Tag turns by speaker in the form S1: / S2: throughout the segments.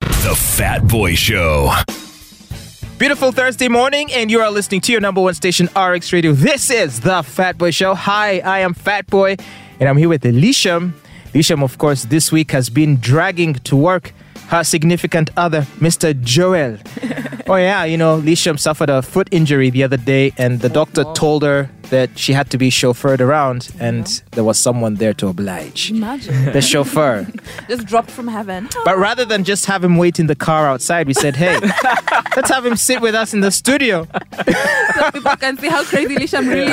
S1: The Fat Boy Show.
S2: Beautiful Thursday morning, and you are listening to your number one station, RX Radio. This is the Fat Boy Show. Hi, I am Fat Boy, and I'm here with Elisham. Elisham, of course, this week has been dragging to work her significant other, Mr. Joel. oh, yeah, you know, Elisham suffered a foot injury the other day, and the doctor told her that she had to be chauffeured around, and there was someone there to oblige.
S3: Imagine.
S2: The chauffeur.
S3: Just dropped from heaven.
S2: But rather than just have him wait in the car outside, we said, hey, let's have him sit with us in the studio.
S3: so people can see how crazy Lisham really is.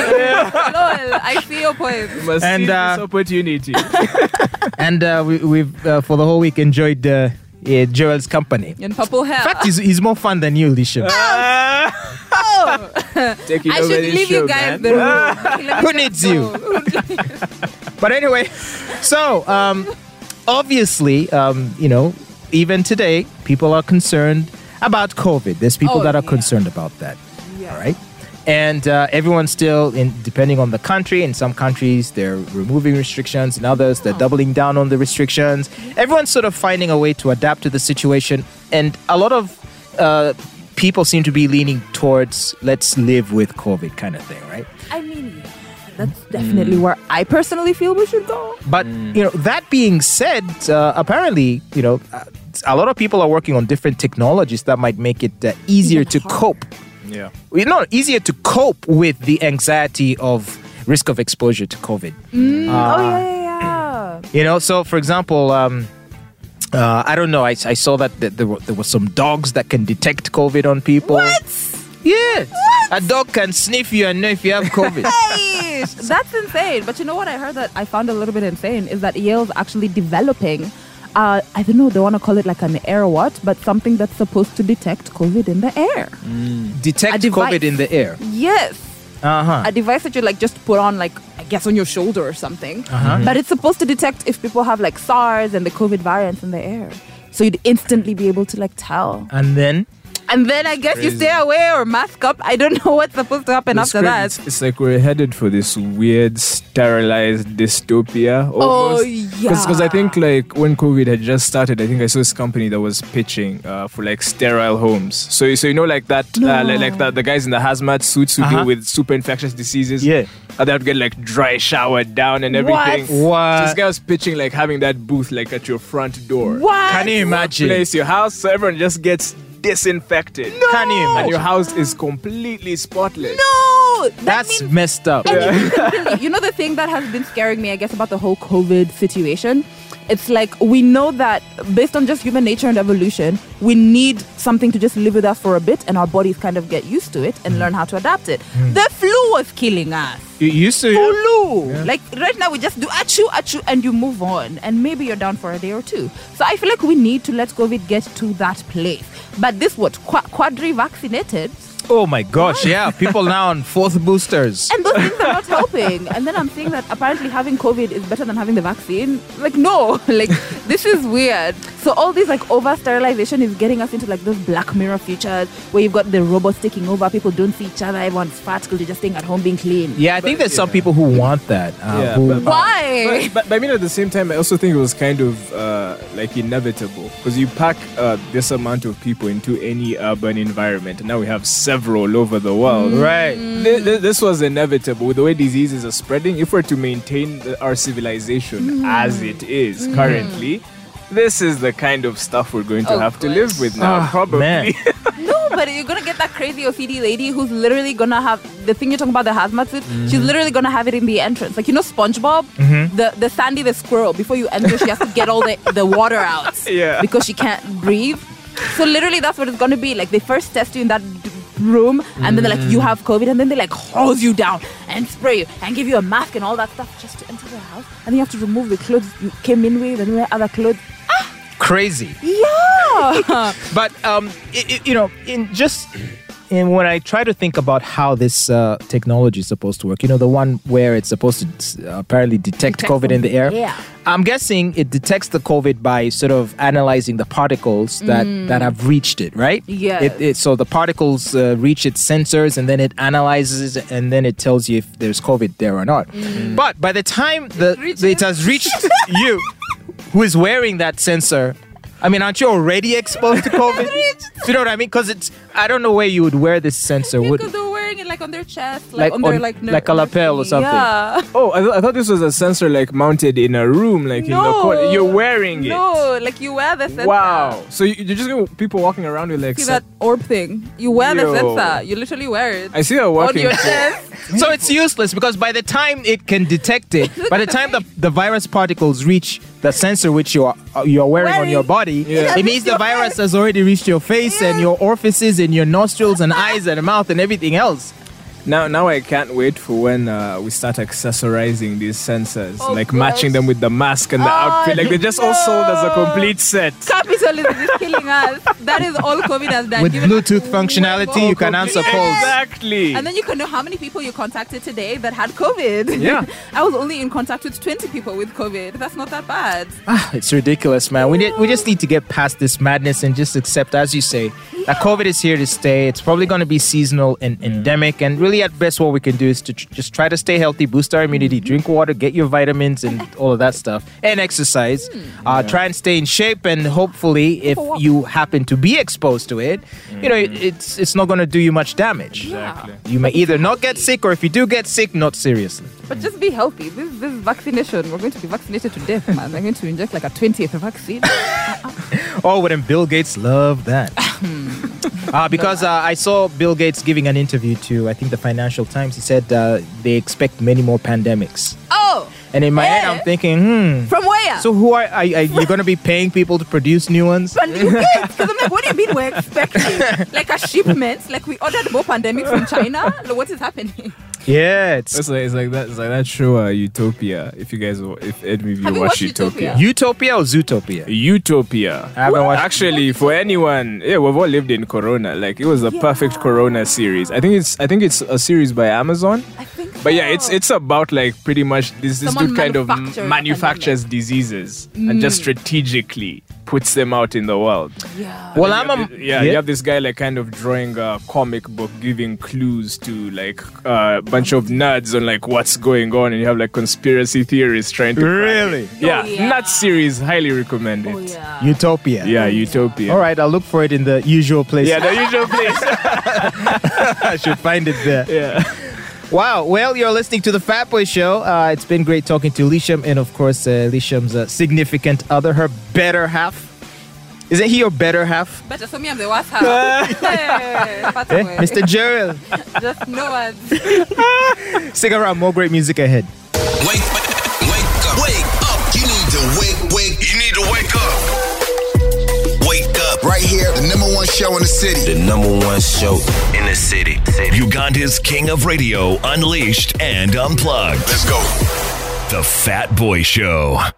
S3: Lol, I see your point.
S4: must
S2: And,
S4: seize
S2: uh,
S4: this opportunity.
S2: And uh, we, we've, uh, for the whole week, enjoyed uh, uh, Joel's company.
S3: In purple hair.
S2: In fact, he's, he's more fun than you, Lisha.
S4: Take it
S3: I
S4: over
S3: should
S4: this
S3: leave
S4: show,
S3: you guys
S4: man.
S3: the room. Let me
S2: Who
S3: just
S2: needs
S3: go.
S2: you? But anyway, so um, obviously, um, you know, even today, people are concerned about COVID. There's people
S3: Oh,
S2: that are
S3: yeah.
S2: concerned about that.
S3: Yeah.
S2: All right. And uh, everyone's still in, depending on the country. In some countries, they're removing restrictions. In others, they're doubling down on the restrictions. Everyone's sort of finding a way to adapt to the situation. And a lot of uh, people seem to be leaning towards let's live with COVID kind of thing, right?
S3: I mean, yeah, that's definitely
S2: Mm.
S3: where I personally feel we should go.
S2: But you know, that being said, uh, apparently, you know, uh, a lot of people are working on different technologies that might make it uh, easier
S3: Even
S2: to cope.
S4: Yeah.
S2: You know, easier to cope with the anxiety of risk of exposure to COVID. Ah.
S3: oh, yeah, yeah, yeah.
S2: You know, so for example, um, uh, I don't know. I, I saw that th- there were, there were some dogs that can detect COVID on people.
S3: What?
S2: Yeah, a dog can sniff you and know if you have COVID.
S3: Sheesh, That's insane. But you know what I heard that I found a little bit insane is that Yale's actually developing. Uh, I don't know, they want to call it like an air what, but something that's supposed to detect COVID in the air.
S2: Mm. detect
S3: A device.
S2: COVID in the air.
S3: Yes.
S2: Uh huh.
S3: A device that you like just put on, like, I guess on your shoulder or something.
S4: Uh-huh.
S3: But it's supposed to detect if people have like SARS and the COVID variants in the air. So you'd instantly be able to like tell.
S2: And then
S3: And then I guess you
S4: Crazy.
S3: stay away or mask up. I don't know what's supposed to happen
S4: It's
S3: after
S4: crazy.
S3: that.
S4: It's, it's like we're headed for this weird sterilized dystopia. Almost. Because
S3: Oh,
S4: I
S3: yeah.
S4: think like when COVID had just started, I think I saw this company that was pitching uh, for like sterile homes. So so you know like that uh, like, like that the guys in the hazmat suits who
S2: Uh-huh.
S4: deal with super infectious diseases.
S2: Yeah.
S4: And they would get like dry showered down and everything.
S2: What?
S4: So this guy was pitching like having that booth like at your front door.
S3: What?
S2: can you imagine?
S4: Place your house so everyone just gets disinfected.
S2: Can you
S4: And your
S2: imagine?
S4: house is completely spotless.
S3: No, that
S2: That's
S3: means
S2: messed up.
S3: really, you know the thing that has been scaring me, I guess, about the whole COVID situation. It's like we know that based on just human nature and evolution, we need something to just live with us for a bit, and our bodies kind of get used to it and learn how to adapt it. The flu was killing us.
S2: You used to.
S3: Flu. Like right now, we just do achu achu and you move on, and maybe you're down for a day or two. So I feel like we need to let COVID get to that place. But this what qua- quadri vaccinated.
S2: Oh my gosh, yeah. People now on fourth boosters.
S3: And those things are not helping. And then I'm saying that apparently having COVID is better than having the vaccine. Like, no, like, this is weird. So, all this like over sterilization is getting us into like those black mirror futures where you've got the robots taking over, people don't see each other, everyone's fat because they're just staying at home being clean.
S2: Yeah, I think there's some people who want that. Uh,
S4: Yeah,
S2: who-
S4: but-
S3: Why?
S4: But, but, but I mean, at the same time, I also think it was kind of uh, like inevitable because you pack uh, this amount of people into any urban environment, and now we have several all over the world.
S3: Mm.
S2: right.
S4: Th- th- This, was inevitable with the way diseases are spreading. If we're to maintain the, our civilization
S3: Mm.
S4: as it is currently, this is the kind of stuff we're going to
S3: Oh,
S4: have to
S3: God.
S4: live with now,
S2: Ah,
S4: probably.
S2: man.
S3: No, but you're gonna get that crazy OCD lady who's literally gonna have the thing you're talking about, the hazmat suit. She's literally gonna have it in the entrance, like you know SpongeBob, the the Sandy the squirrel. Before you enter, she has to get all the the water out,
S4: Yeah.
S3: because she can't breathe. So literally, that's what it's gonna be. Like they first test you in that d- room, and then they're like you have COVID, and then they like hose you down and spray you and give you a mask and all that stuff just to enter the house, and then you have to remove the clothes you came in with and wear other clothes.
S2: Crazy.
S3: Yeah.
S2: But um, i i you know, in just in when I try to think about how this uh, technology is supposed to work, you know, the one where it's supposed to uh, apparently detect,
S3: Detect
S2: COVID in the air.
S3: something, yeah.
S2: I'm guessing it detects the COVID by sort of analyzing the particles that that have reached it, right?
S3: Mm. Yes.
S2: It, it, so the particles uh, reach its sensors, and then it analyzes, it, and then it tells you if there's COVID there or not. But by the time the
S3: Mm. reaches.
S2: it has reached you, who is wearing that sensor I mean, aren't you already exposed to COVID? Do you know what I mean? Because it's I don't know where you would wear this sensor. Would
S3: because they're wearing it like on their chest,
S2: Like
S3: like, on their
S2: on-
S3: like ner-
S2: like a lapel or something.
S3: Yeah.
S4: Oh, I, th- I thought this was a sensor like mounted in a room, like in the
S3: No.
S4: corner. You're wearing it.
S3: No, like you wear the sensor.
S4: Wow. So you, you're just gonna people walking around with like.
S3: See
S4: sen-
S3: that orb thing? You wear
S4: Yo.
S3: the sensor. You literally wear it
S4: I see that
S3: on
S4: walking.
S3: your chest.
S2: so it's useless because by the time it can detect it, by the time the, the virus particles reach the sensor which you are uh, you are wearing on
S3: Wearing.
S2: your body,
S4: Yeah.
S2: it means the
S3: Your
S2: virus
S3: face.
S2: has already reached your face and
S3: Yeah.
S2: your orifices and your nostrils and eyes and mouth and everything else.
S4: now, now I can't wait for when uh, we start accessorizing these sensors,
S3: Oh,
S4: like
S3: gosh.
S4: matching them with the mask and the
S3: Oh,
S4: outfit. Like they're just all sold as a
S3: no.
S4: complete set.
S3: Capitalism is killing us. That is all COVID has done.
S2: With
S3: Given us
S2: Bluetooth functionality, you can
S4: Complete-
S2: answer polls.
S4: Exactly.
S3: And then you can know how many people you contacted today that had COVID.
S4: Yeah.
S3: I was only in contact with 20 people with COVID. That's not that bad.
S2: Ah, it's ridiculous, man. We need, we just need to get past this madness and just accept, as you say, that COVID is here to stay. It's probably going to be seasonal and endemic. And really, at best, what we can do is to tr- just try to stay healthy, boost our immunity, drink water, get your vitamins, and all of that stuff, and exercise. Uh, Try and stay in shape, and hopefully, if
S3: for what?
S2: you happen to be exposed to it, you know it, it's it's not going to do you much damage.
S4: Exactly.
S2: You may either not get sick, or if you do get sick, not seriously.
S3: But just be healthy. This, this vaccination, we're going to be vaccinated to death, man. They're going to inject like a 20th vaccine.
S2: Oh, wouldn't Bill Gates love that? uh, because uh, I saw Bill Gates giving an interview to, I think, the Financial Times. He said uh, they expect many more pandemics.
S3: oh,
S2: And in my head,
S3: Eh?
S2: I'm thinking, hmm.
S3: from where?
S2: So who are, are, are you going to be paying people to produce new ones?
S3: Because I'm like, what do you mean we're expecting? like a shipment? Like we ordered more pandemics from China? Like what is happening?
S2: Yeah, it's
S4: It's like, it's like that. It's like that show uh, Utopia. If you guys, wa- if any of you
S3: Have you
S4: watch
S3: watched Utopia?
S4: Utopia.
S2: utopia or zootopia.
S4: Utopia.
S2: I haven't watched.
S4: Actually, for anyone, yeah, we've all lived in Corona. Like it was a perfect Corona series. I think it's I think it's a series by Amazon.
S3: I think
S4: But yeah, it's it's about like pretty much this this
S3: Oh. Someone Mm.
S4: dude kind of
S3: manufactured
S4: m- manufactures diseases and just strategically puts them out in the world.
S3: Yeah.
S2: Well,
S4: You
S2: I'm
S4: have
S2: a
S4: thi- yeah, you have this guy like kind of drawing a comic book, giving clues to like a bunch of nerds on like what's going on, and you have like conspiracy theories trying to. crack it.
S2: Really?
S4: Yeah,
S3: Oh, yeah.
S4: nut series, highly recommend it.
S3: Oh, yeah.
S2: Utopia.
S4: Yeah, Utopia.
S2: All right, I'll look for it in the usual place.
S4: Yeah, the usual place.
S2: I should find it there.
S4: Yeah.
S2: Wow. Well, you're listening to the Fat Boy Show. Uh, it's been great talking to Lisham and, of course, uh, Lisham's uh, significant other, her better half. Isn't he your better half?
S3: Better for me, I'm the worst half. hey,
S2: Eh?
S3: Fatima,
S2: Mr. Gerald.
S3: Just no words.
S2: Stick around. More great music ahead.
S5: Wake, wake up. Wake up. You need to wake, wake. You need to wake up. Wake up.
S6: Right here, the number one show in the city.
S5: The number one show in the city. city.
S1: Uganda's king of radio, unleashed and unplugged.
S6: Let's go.
S1: The Fat Boy Show.